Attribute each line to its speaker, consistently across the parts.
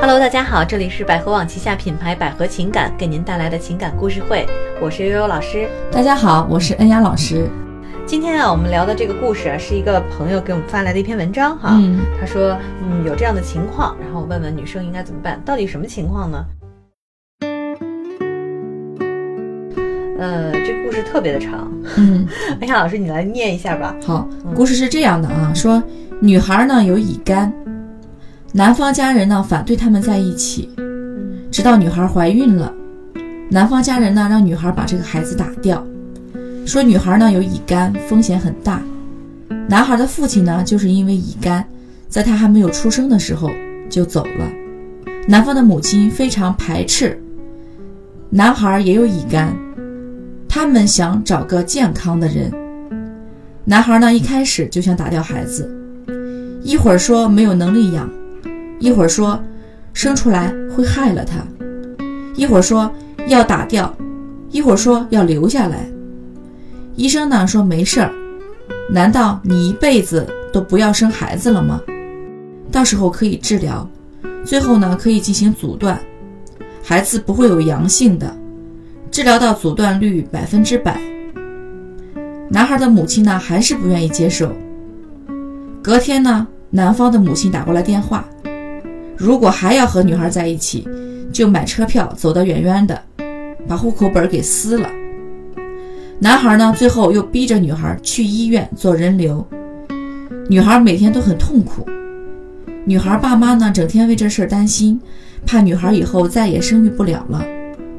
Speaker 1: Hello，大家好，这里是百合网旗下品牌百合情感给您带来的情感故事会，我是悠悠老师。
Speaker 2: 大家好，我是恩雅老师。
Speaker 1: 今天啊，我们聊的这个故事啊，是一个朋友给我们发来的一篇文章哈、
Speaker 2: 嗯
Speaker 1: 他说，嗯，有这样的情况，然后问问女生应该怎么办，到底什么情况呢？呃，这故事特别的长，
Speaker 2: 嗯，
Speaker 1: 哎呀，老师你来念一下吧。
Speaker 2: 好，故事是这样的啊，说女孩呢有乙肝，男方家人呢反对他们在一起，
Speaker 1: 嗯
Speaker 2: 直到女孩怀孕了，男方家人呢让女孩把这个孩子打掉，说女孩呢有乙肝，风险很大。男孩的父亲呢就是因为乙肝，在他还没有出生的时候就走了。男方的母亲非常排斥，男孩也有乙肝，他们想找个健康的人。男孩呢一开始就想打掉孩子，一会儿说没有能力养，一会儿说生出来会害了他，一会儿说要打掉，一会儿说要留下来。医生呢说没事儿，难道你一辈子都不要生孩子了吗？到时候可以治疗，最后呢可以进行阻断，孩子不会有阳性的，治疗到阻断率百分之百。男孩的母亲呢还是不愿意接受。隔天呢，男方的母亲打过来电话，如果还要和女孩在一起，就买车票走得远远的，把户口本给撕了。男孩呢，最后又逼着女孩去医院做人流，女孩每天都很痛苦。女孩爸妈呢，整天为这事儿担心，怕女孩以后再也生育不了了，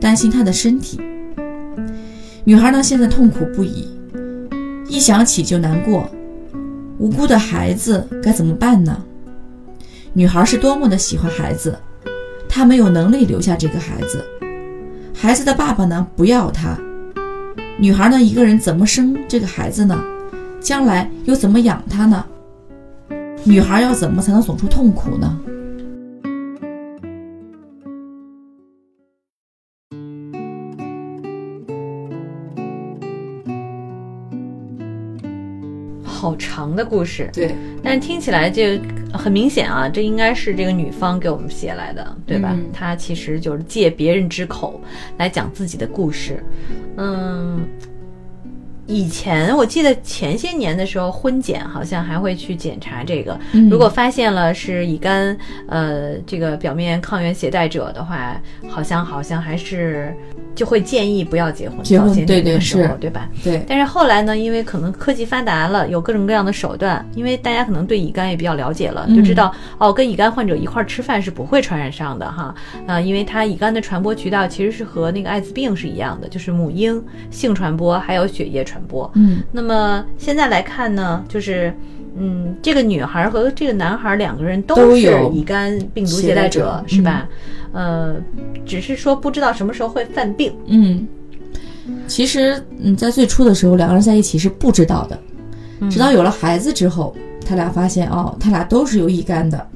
Speaker 2: 担心她的身体。女孩呢，现在痛苦不已，一想起就难过。无辜的孩子该怎么办呢？女孩是多么的喜欢孩子，她没有能力留下这个孩子，孩子的爸爸呢不要她，女孩呢一个人怎么生这个孩子呢？将来又怎么养他呢？女孩要怎么才能走出痛苦呢？
Speaker 1: 好长的故事，
Speaker 2: 对，
Speaker 1: 但是听起来这很明显啊，这应该是这个女方给我们写来的，对吧？
Speaker 2: 嗯
Speaker 1: 她其实就是借别人之口来讲自己的故事。嗯，以前我记得前些年的时候，婚检好像还会去检查这个，
Speaker 2: 嗯
Speaker 1: 如果发现了是乙肝，呃，这个表面抗原携带者的话，好像好像还是就会建议不要结婚。
Speaker 2: 结婚
Speaker 1: 早些年
Speaker 2: 对对
Speaker 1: 的时候
Speaker 2: 是
Speaker 1: 对吧？
Speaker 2: 对，
Speaker 1: 但是后来呢，因为可能科技发达了，有各种各样的手段，因为大家可能对乙肝也比较了解了，
Speaker 2: 嗯
Speaker 1: 就知道哦，跟乙肝患者一块儿吃饭是不会传染上的哈。啊、因为它乙肝的传播渠道其实是和那个艾滋病是一样的，就是母婴性传播还有血液传播。
Speaker 2: 嗯
Speaker 1: 那么现在来看呢，就是。嗯，这个女孩和这个男孩两个人都
Speaker 2: 都
Speaker 1: 是
Speaker 2: 有
Speaker 1: 乙肝病毒携
Speaker 2: 携带
Speaker 1: 带
Speaker 2: 者嗯
Speaker 1: 是吧？呃，只是说不知道什么时候会犯病。
Speaker 2: 嗯，其实嗯，在最初的时候，两个人在一起是不知道的，
Speaker 1: 嗯
Speaker 2: 直到有了孩子之后，他俩发现哦，他俩都是有乙肝的。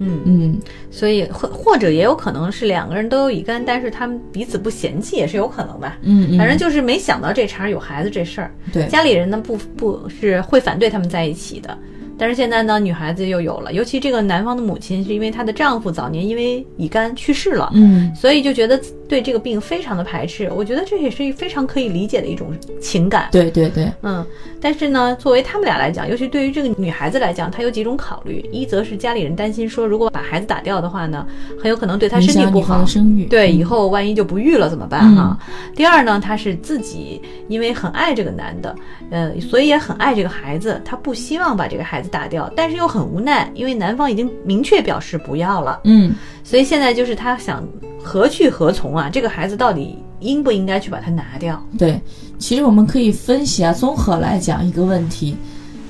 Speaker 1: 嗯，
Speaker 2: 嗯，
Speaker 1: 所以或或者也有可能是两个人都有乙肝，但是他们彼此不嫌弃也是有可能吧。
Speaker 2: 嗯，
Speaker 1: 反正就是没想到这茬儿有孩子这事儿，
Speaker 2: 就对，
Speaker 1: 家里人呢不不是会反对他们在一起的。但是现在呢，女孩子又有了，尤其这个男方的母亲是因为她的丈夫早年因为乙肝去世了，
Speaker 2: 嗯，
Speaker 1: 所以就觉得对这个病非常的排斥。我觉得这也是非常可以理解的一种情感。
Speaker 2: 对对对，
Speaker 1: 嗯，但是呢，作为他们俩来讲，尤其对于这个女孩子来讲，她有几种考虑：一则是家里人担心说，如果把孩子打掉的话呢，很有可能对她
Speaker 2: 影
Speaker 1: 身体
Speaker 2: 响
Speaker 1: 不
Speaker 2: 女方
Speaker 1: 好嗯
Speaker 2: 的，生育。
Speaker 1: 对，
Speaker 2: 嗯
Speaker 1: 以后万一就不育了怎么办哈、第二呢，她是自己因为很爱这个男的，呃，所以也很爱这个孩子，她不希望把这个孩子打掉，但是又很无奈，因为男方已经明确表示不要了，
Speaker 2: 嗯，
Speaker 1: 所以现在就是她想何去何从啊？这个孩子到底应不应该去把它拿掉？
Speaker 2: 对，其实我们可以分析啊，综合来讲一个问题，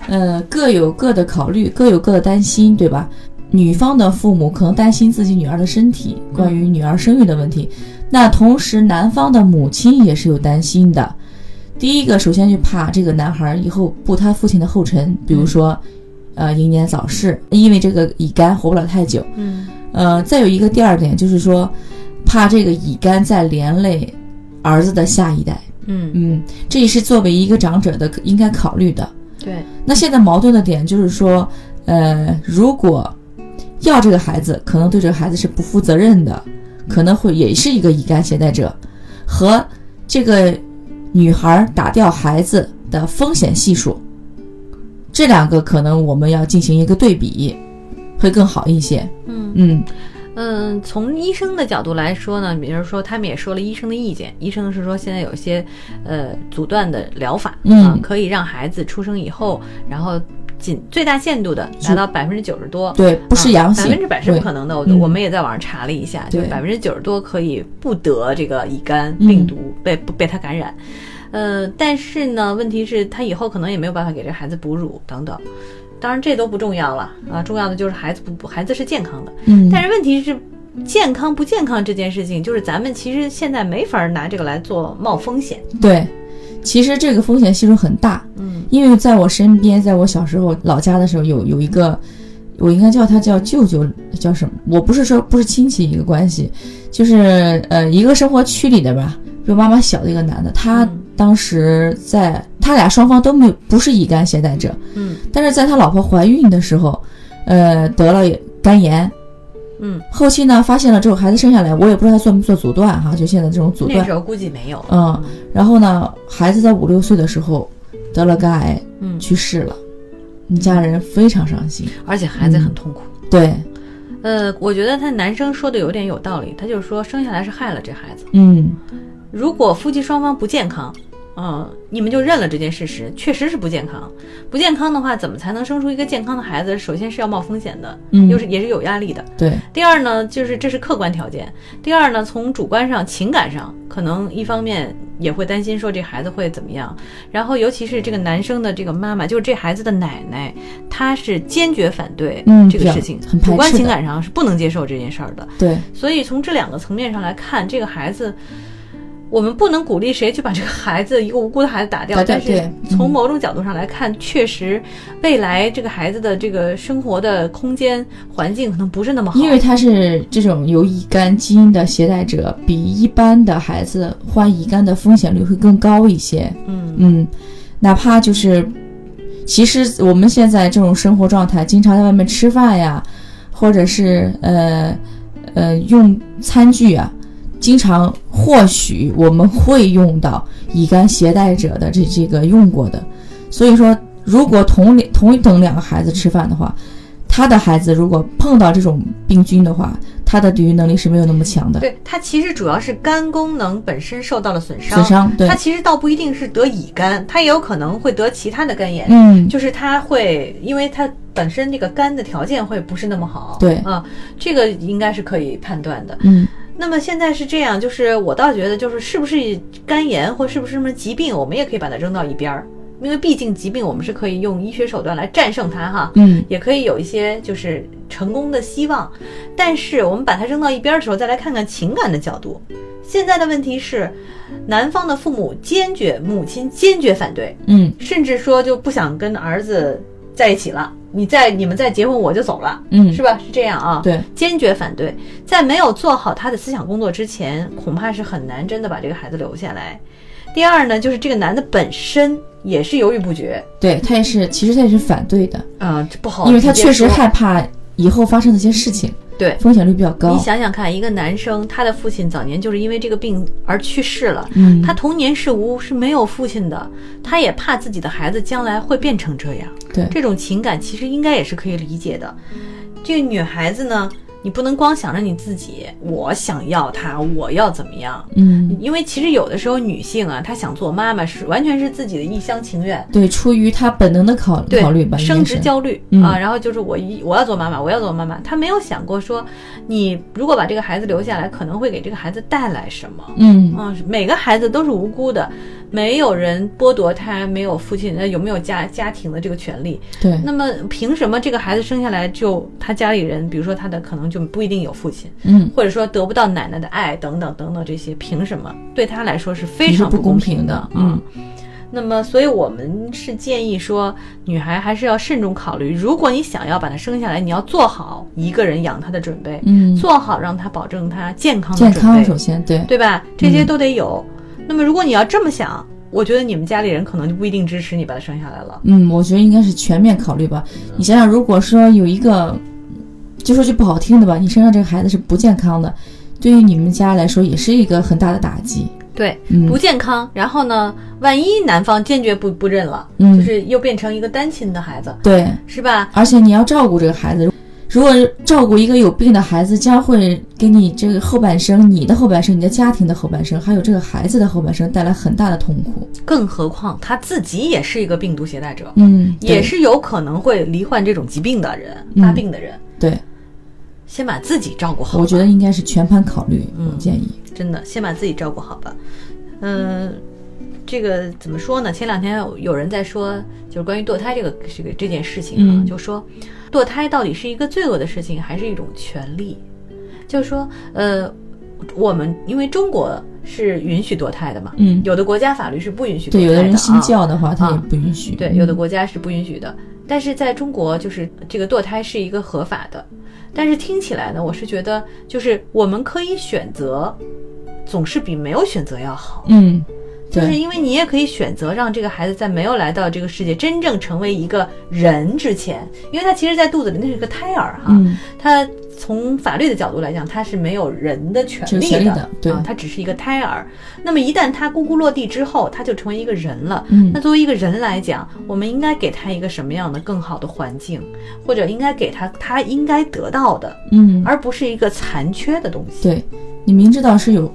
Speaker 2: 呃，各有各的考虑，各有各的担心，对吧？女方的父母可能担心自己女儿的身体，关于女儿生育的问题。那同时，男方的母亲也是有担心的。第一个，首先就怕这个男孩以后步他父亲的后尘，比如说，呃，英年早逝，因为这个乙肝活不了太久。
Speaker 1: 嗯
Speaker 2: 呃，再有一个第二点就是说，怕这个乙肝再连累儿子的下一代。
Speaker 1: 嗯，
Speaker 2: 嗯，这也是作为一个长者的应该考虑的。
Speaker 1: 对，
Speaker 2: 那现在矛盾的点就是说，呃，如果要这个孩子，可能对这个孩子是不负责任的，可能会也是一个乙肝携带者，和这个女孩打掉孩子的风险系数，这两个可能我们要进行一个对比，会更好一些。
Speaker 1: 嗯
Speaker 2: 嗯，
Speaker 1: 嗯，从医生的角度来说呢，比如说他们也说了医生的意见，医生是说现在有一些呃阻断的疗法，
Speaker 2: 嗯
Speaker 1: 啊可以让孩子出生以后，然后尽最大限度的达到百分之九十多。啊
Speaker 2: 对，不是阳
Speaker 1: 百
Speaker 2: 性
Speaker 1: 分之百是不
Speaker 2: 对
Speaker 1: 可能的。我
Speaker 2: 嗯
Speaker 1: 我们也在网上查了一下，就
Speaker 2: 对
Speaker 1: 百分之九十多可以不得这个乙肝
Speaker 2: 嗯
Speaker 1: 病毒被不被它感染。呃，但是呢，问题是他以后可能也没有办法给这个孩子哺乳等等。当然这都不重要了啊，重要的就是孩子不孩子是健康的。
Speaker 2: 嗯，
Speaker 1: 但是问题是，健康不健康这件事情，就是咱们其实现在没法拿这个来做冒风险。
Speaker 2: 对，其实这个风险系数很大，
Speaker 1: 嗯
Speaker 2: 因为在我身边，在我小时候老家的时候，有有一个，我应该叫他叫舅舅，叫什么？我不是说不是亲戚一个关系，就是呃一个生活区里的吧，比我妈妈小的一个男的，他
Speaker 1: 嗯
Speaker 2: 当时在他俩双方都没有不是乙肝携带者，
Speaker 1: 嗯
Speaker 2: 但是在他老婆怀孕的时候，呃得了肝炎。
Speaker 1: 嗯，
Speaker 2: 后期呢，发现了之后，孩子生下来，我也不知道他做没做阻断哈、就现在这种阻
Speaker 1: 那
Speaker 2: 断
Speaker 1: 时，候估计没有了。
Speaker 2: 嗯，然后呢，孩子在五六岁的时候得了肝癌
Speaker 1: 嗯，
Speaker 2: 去世了，你家人非常伤心。
Speaker 1: 而且孩子很痛苦。
Speaker 2: 对，
Speaker 1: 呃，我觉得他男生说的有点有道理，他就是说生下来是害了这孩子。
Speaker 2: 嗯，
Speaker 1: 如果夫妻双方不健康，嗯，你们就认了这件事实，确实是不健康。不健康的话，怎么才能生出一个健康的孩子？首先是要冒风险的，
Speaker 2: 嗯
Speaker 1: 又是也是有压力的。
Speaker 2: 对，
Speaker 1: 第二呢，就是这是客观条件。第二呢，从主观上、情感上，可能一方面也会担心说这孩子会怎么样。然后，尤其是这个男生的这个妈妈，就是这孩子的奶奶，她是坚决反对
Speaker 2: 嗯
Speaker 1: 这个
Speaker 2: 表
Speaker 1: 事情，
Speaker 2: 很排
Speaker 1: 主观
Speaker 2: 斥的
Speaker 1: 情感上是不能接受这件事儿的。
Speaker 2: 对，
Speaker 1: 所以从这两个层面上来看，这个孩子，我们不能鼓励谁去把这个孩子一个无辜的孩子打掉，
Speaker 2: 打掉
Speaker 1: 但是
Speaker 2: 对嗯
Speaker 1: 从某种角度上来看，确实未来这个孩子的这个生活的空间环境可能不是那么好，
Speaker 2: 因为他是这种有乙肝基因的携带者，比一般的孩子患乙肝的风险率会更高一些。
Speaker 1: 嗯
Speaker 2: 嗯，哪怕就是，其实我们现在这种生活状态，经常在外面吃饭呀，或者是呃呃用餐具啊，经常或许我们会用到乙肝携带者的这这个用过的，所以说如果同龄同等两个孩子吃饭的话。他的孩子如果碰到这种病菌的话，他的抵御能力是没有那么强的，
Speaker 1: 对他其实主要是肝功能本身受到了损伤，
Speaker 2: 损伤对
Speaker 1: 他，其实倒不一定是得乙肝，他也有可能会得其他的肝炎，
Speaker 2: 嗯，
Speaker 1: 就是他会，因为他本身这个肝的条件会不是那么好，
Speaker 2: 对
Speaker 1: 啊，这个应该是可以判断的。
Speaker 2: 嗯，
Speaker 1: 那么现在是这样，就是我倒觉得，就是是不是肝炎或是不是什么疾病，我们也可以把它扔到一边儿，因为毕竟疾病我们是可以用医学手段来战胜它哈，
Speaker 2: 嗯，
Speaker 1: 也可以有一些就是成功的希望。但是我们把它扔到一边儿的时候，再来看看情感的角度。现在的问题是，男方的父母坚决，母亲坚决反对，
Speaker 2: 嗯，
Speaker 1: 甚至说就不想跟儿子在一起了，你再你们再结婚我就走了，
Speaker 2: 嗯
Speaker 1: 是吧？是这样啊，
Speaker 2: 对，
Speaker 1: 坚决反对，在没有做好他的思想工作之前，恐怕是很难真的把这个孩子留下来。第二呢，就是这个男的本身也是犹豫不决，
Speaker 2: 对他也是，其实他也是反对的，
Speaker 1: 啊、这不好直接
Speaker 2: 因
Speaker 1: 说，
Speaker 2: 为他确实害怕以后发生的一些事情，
Speaker 1: 对
Speaker 2: 风险率比较高。
Speaker 1: 你想想看，一个男生他的父亲早年就是因为这个病而去世了，
Speaker 2: 嗯，
Speaker 1: 他童年是无是没有父亲的，他也怕自己的孩子将来会变成这样。
Speaker 2: 对
Speaker 1: 这种情感其实应该也是可以理解的。这个女孩子呢，你不能光想着你自己，我想要她，我要怎么样？
Speaker 2: 嗯，
Speaker 1: 因为其实有的时候女性啊，她想做妈妈是完全是自己的一厢情愿，
Speaker 2: 对，出于他本能的考
Speaker 1: 对
Speaker 2: 考虑吧，应
Speaker 1: 升
Speaker 2: 该
Speaker 1: 职
Speaker 2: 是
Speaker 1: 焦虑、
Speaker 2: 嗯
Speaker 1: 啊，然后就是我一我要做妈妈，我要做妈妈，她没有想过说，你如果把这个孩子留下来，可能会给这个孩子带来什么。
Speaker 2: 嗯，
Speaker 1: 嗯，每个孩子都是无辜的，没有人剥夺他没有父亲呃有没有家家庭的这个权利。
Speaker 2: 对，
Speaker 1: 那么凭什么这个孩子生下来就他家里人，比如说他的可能就不一定有父亲，
Speaker 2: 嗯，
Speaker 1: 或者说得不到奶奶的爱等等等等这些，凭什么对他来说是非
Speaker 2: 也是
Speaker 1: 常
Speaker 2: 不
Speaker 1: 公
Speaker 2: 公平
Speaker 1: 的
Speaker 2: 的？
Speaker 1: 啊
Speaker 2: 嗯，
Speaker 1: 那么所以我们是建议说，女孩还是要慎重考虑，如果你想要把她生下来，你要做好一个人养她的准备，
Speaker 2: 嗯，
Speaker 1: 做好让她保证她健康的
Speaker 2: 健
Speaker 1: 准备。
Speaker 2: 康嗯首先对，
Speaker 1: 对吧？这些都得有。那么如果你要这么想，我觉得你们家里人可能就不一定支持你把他生下来了。
Speaker 2: 嗯，我觉得应该是全面考虑吧。你想想，如果说有一个就说句不好听的吧，你身上这个孩子是不健康的，对于你们家来说也是一个很大的打击。
Speaker 1: 对，
Speaker 2: 嗯
Speaker 1: 不健康。然后呢，万一男方坚决不不认了，就
Speaker 2: 嗯，
Speaker 1: 是又变成一个单亲的孩子，
Speaker 2: 对，
Speaker 1: 是吧？
Speaker 2: 而且你要照顾这个孩子，如果照顾一个有病的孩子，将会给你这个后半生、你的后半生、你的家庭的后半生，还有这个孩子的后半生带来很大的痛苦。
Speaker 1: 更何况他自己也是一个病毒携带者，
Speaker 2: 嗯，
Speaker 1: 也
Speaker 2: 对
Speaker 1: 是有可能会罹患这种疾病的人，
Speaker 2: 嗯
Speaker 1: 发病的人。
Speaker 2: 对，
Speaker 1: 先把自己照顾好吧，
Speaker 2: 我觉得应该是全盘考虑，
Speaker 1: 嗯
Speaker 2: 我建议。
Speaker 1: 真的先把自己照顾好吧。嗯，这个怎么说呢？前两天有人在说，就是关于堕胎这个这个这件事情啊，
Speaker 2: 嗯
Speaker 1: 就说堕胎到底是一个罪恶的事情，还是一种权利？就是说，呃，我们因为中国是允许堕胎的嘛，
Speaker 2: 嗯，
Speaker 1: 有的国家法律是不允许堕胎
Speaker 2: 对，
Speaker 1: 的、啊、
Speaker 2: 有的人信教的话，他也
Speaker 1: 啊
Speaker 2: 不允许。
Speaker 1: 对，有的国家是不允许的。但是在中国，就是这个堕胎是一个合法的。但是听起来呢，我是觉得，就是我们可以选择，总是比没有选择要好。
Speaker 2: 嗯，
Speaker 1: 就
Speaker 2: 对，
Speaker 1: 是因为你也可以选择让这个孩子在没有来到这个世界真正成为一个人之前，因为他其实，在肚子里那是个胎儿哈，
Speaker 2: 嗯，
Speaker 1: 他从法律的角度来讲，他是没有人的权
Speaker 2: 这
Speaker 1: 利
Speaker 2: 是
Speaker 1: 的，
Speaker 2: 权利的，对，
Speaker 1: 啊，他只是一个胎儿。那么一旦他咕咕落地之后，他就成为一个人了。
Speaker 2: 嗯
Speaker 1: 那作为一个人来讲，我们应该给他一个什么样的更好的环境，或者应该给他他应该得到的，
Speaker 2: 嗯，
Speaker 1: 而不是一个残缺的东西。
Speaker 2: 对，你明知道是有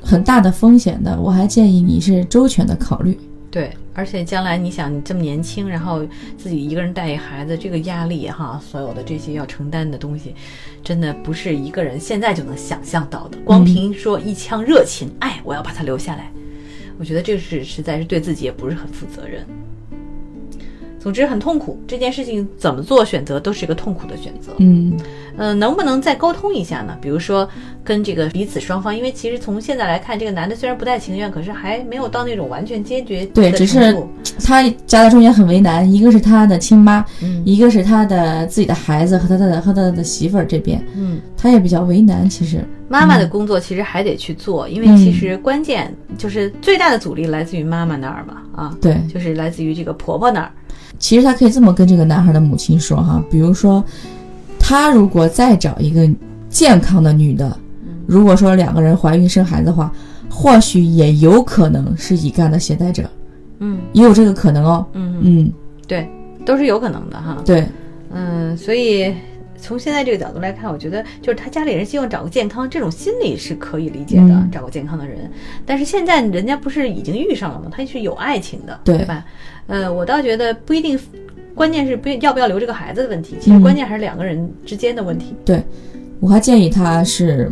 Speaker 2: 很大的风险的，我还建议你是周全的考虑。
Speaker 1: 对，而且将来你想，你这么年轻，然后自己一个人带一孩子，这个压力哈，所有的这些要承担的东西，真的不是一个人现在就能想象到的。光
Speaker 2: 嗯
Speaker 1: 凭说一腔热情，哎，我要把他留下来，我觉得这是实在是对自己也不是很负责任。总之很痛苦，这件事情怎么做选择都是一个痛苦的选择。
Speaker 2: 嗯
Speaker 1: 嗯、能不能再沟通一下呢？比如说跟这个彼此双方，因为其实从现在来看，这个男的虽然不太情愿，可是还没有到那种完全坚决的
Speaker 2: 对只是
Speaker 1: 程度
Speaker 2: 他夹在中间很为难，一个是他的亲妈，
Speaker 1: 嗯
Speaker 2: 一个是他的自己的孩子和他的和他的媳妇儿这边，
Speaker 1: 嗯，
Speaker 2: 他也比较为难。其实，
Speaker 1: 妈妈的工作其实还得去做，因为其实关键就是最大的阻力来自于妈妈那儿嘛，啊，
Speaker 2: 对，
Speaker 1: 就是来自于这个婆婆那儿。
Speaker 2: 其实他可以这么跟这个男孩的母亲说哈，比如说，他如果再找一个健康的女的，如果说两个人怀孕生孩子的话，或许也有可能是乙肝的携带者，
Speaker 1: 嗯
Speaker 2: 也有这个可能哦。
Speaker 1: 嗯，
Speaker 2: 嗯，
Speaker 1: 对，都是有可能的哈。
Speaker 2: 对，
Speaker 1: 嗯，所以从现在这个角度来看，我觉得就是他家里人希望找个健康，这种心理是可以理解的，
Speaker 2: 嗯
Speaker 1: 找个健康的人。但是现在人家不是已经遇上了吗？他是有爱情的，
Speaker 2: 对
Speaker 1: 吧？呃，我倒觉得不一定，关键是不要不要留这个孩子的问题，其实
Speaker 2: 嗯
Speaker 1: 关键还是两个人之间的问题。
Speaker 2: 我还建议他是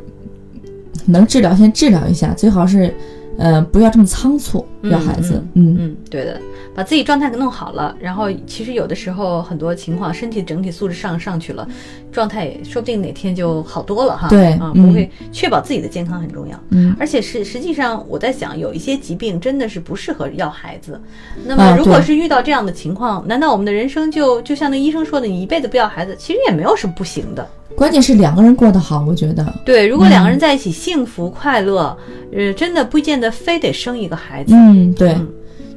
Speaker 2: 能治疗先治疗一下，最好是，呃，不要这么仓促
Speaker 1: 嗯
Speaker 2: 要孩子。嗯
Speaker 1: 嗯，对的，把自己状态给弄好了，然后其实有的时候很多情况，身体整体素质上上去了，状态也说不定哪天就好多了哈。
Speaker 2: 对
Speaker 1: 啊，
Speaker 2: 嗯
Speaker 1: 不会确保自己的健康很重要。
Speaker 2: 嗯
Speaker 1: 而且实实际上，我在想，有一些疾病真的是不适合要孩子。那
Speaker 2: 啊
Speaker 1: 么，如果
Speaker 2: 对
Speaker 1: 是遇到这样的情况，难道我们的人生就就像那医生说的，你一辈子不要孩子，其实也没有什么不行的。
Speaker 2: 关键是两个人过得好，我觉得，
Speaker 1: 对，如果两个
Speaker 2: 嗯
Speaker 1: 人在一起幸福快乐，呃，真的不见得非得生一个孩子。
Speaker 2: 嗯，对，
Speaker 1: 嗯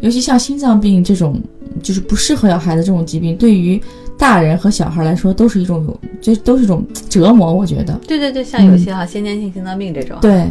Speaker 2: 尤其像心脏病这种，就是不适合要孩子这种疾病，对于大人和小孩来说都是一种有，这都是一种折磨，我觉得。
Speaker 1: 对对对，像有些哈、先天性心脏病这种，
Speaker 2: 对，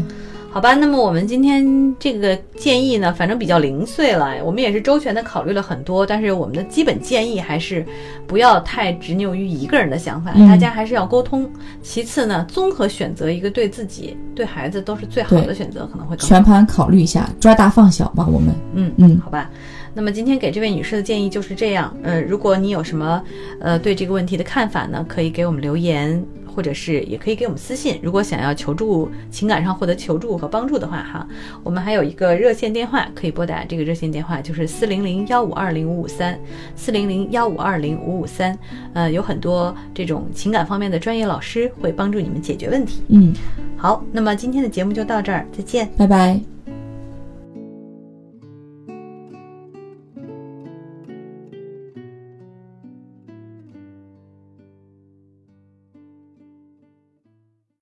Speaker 1: 好吧，那么我们今天这个建议呢，反正比较零碎了，我们也是周全的考虑了很多，但是我们的基本建议还是不要太执拗于一个人的想法，
Speaker 2: 嗯
Speaker 1: 大家还是要沟通。其次呢，综合选择一个对自己、对孩子都是最好的
Speaker 2: 对
Speaker 1: 选择，可能会更好。
Speaker 2: 全盘考虑一下，抓大放小吧，我们。
Speaker 1: 嗯
Speaker 2: 嗯
Speaker 1: 好吧。那么今天给这位女士的建议就是这样。呃，如果你有什么呃对这个问题的看法呢，可以给我们留言，或者是也可以给我们私信。如果想要求助情感上获得求助和帮助的话，哈，我们还有一个热线电话可以拨打，这个热线电话就是四零零幺五二零五五三四零零幺五二零五五三。呃，有很多这种情感方面的专业老师会帮助你们解决问题。
Speaker 2: 嗯，
Speaker 1: 好，那么今天的节目就到这儿，再见。
Speaker 2: 拜拜。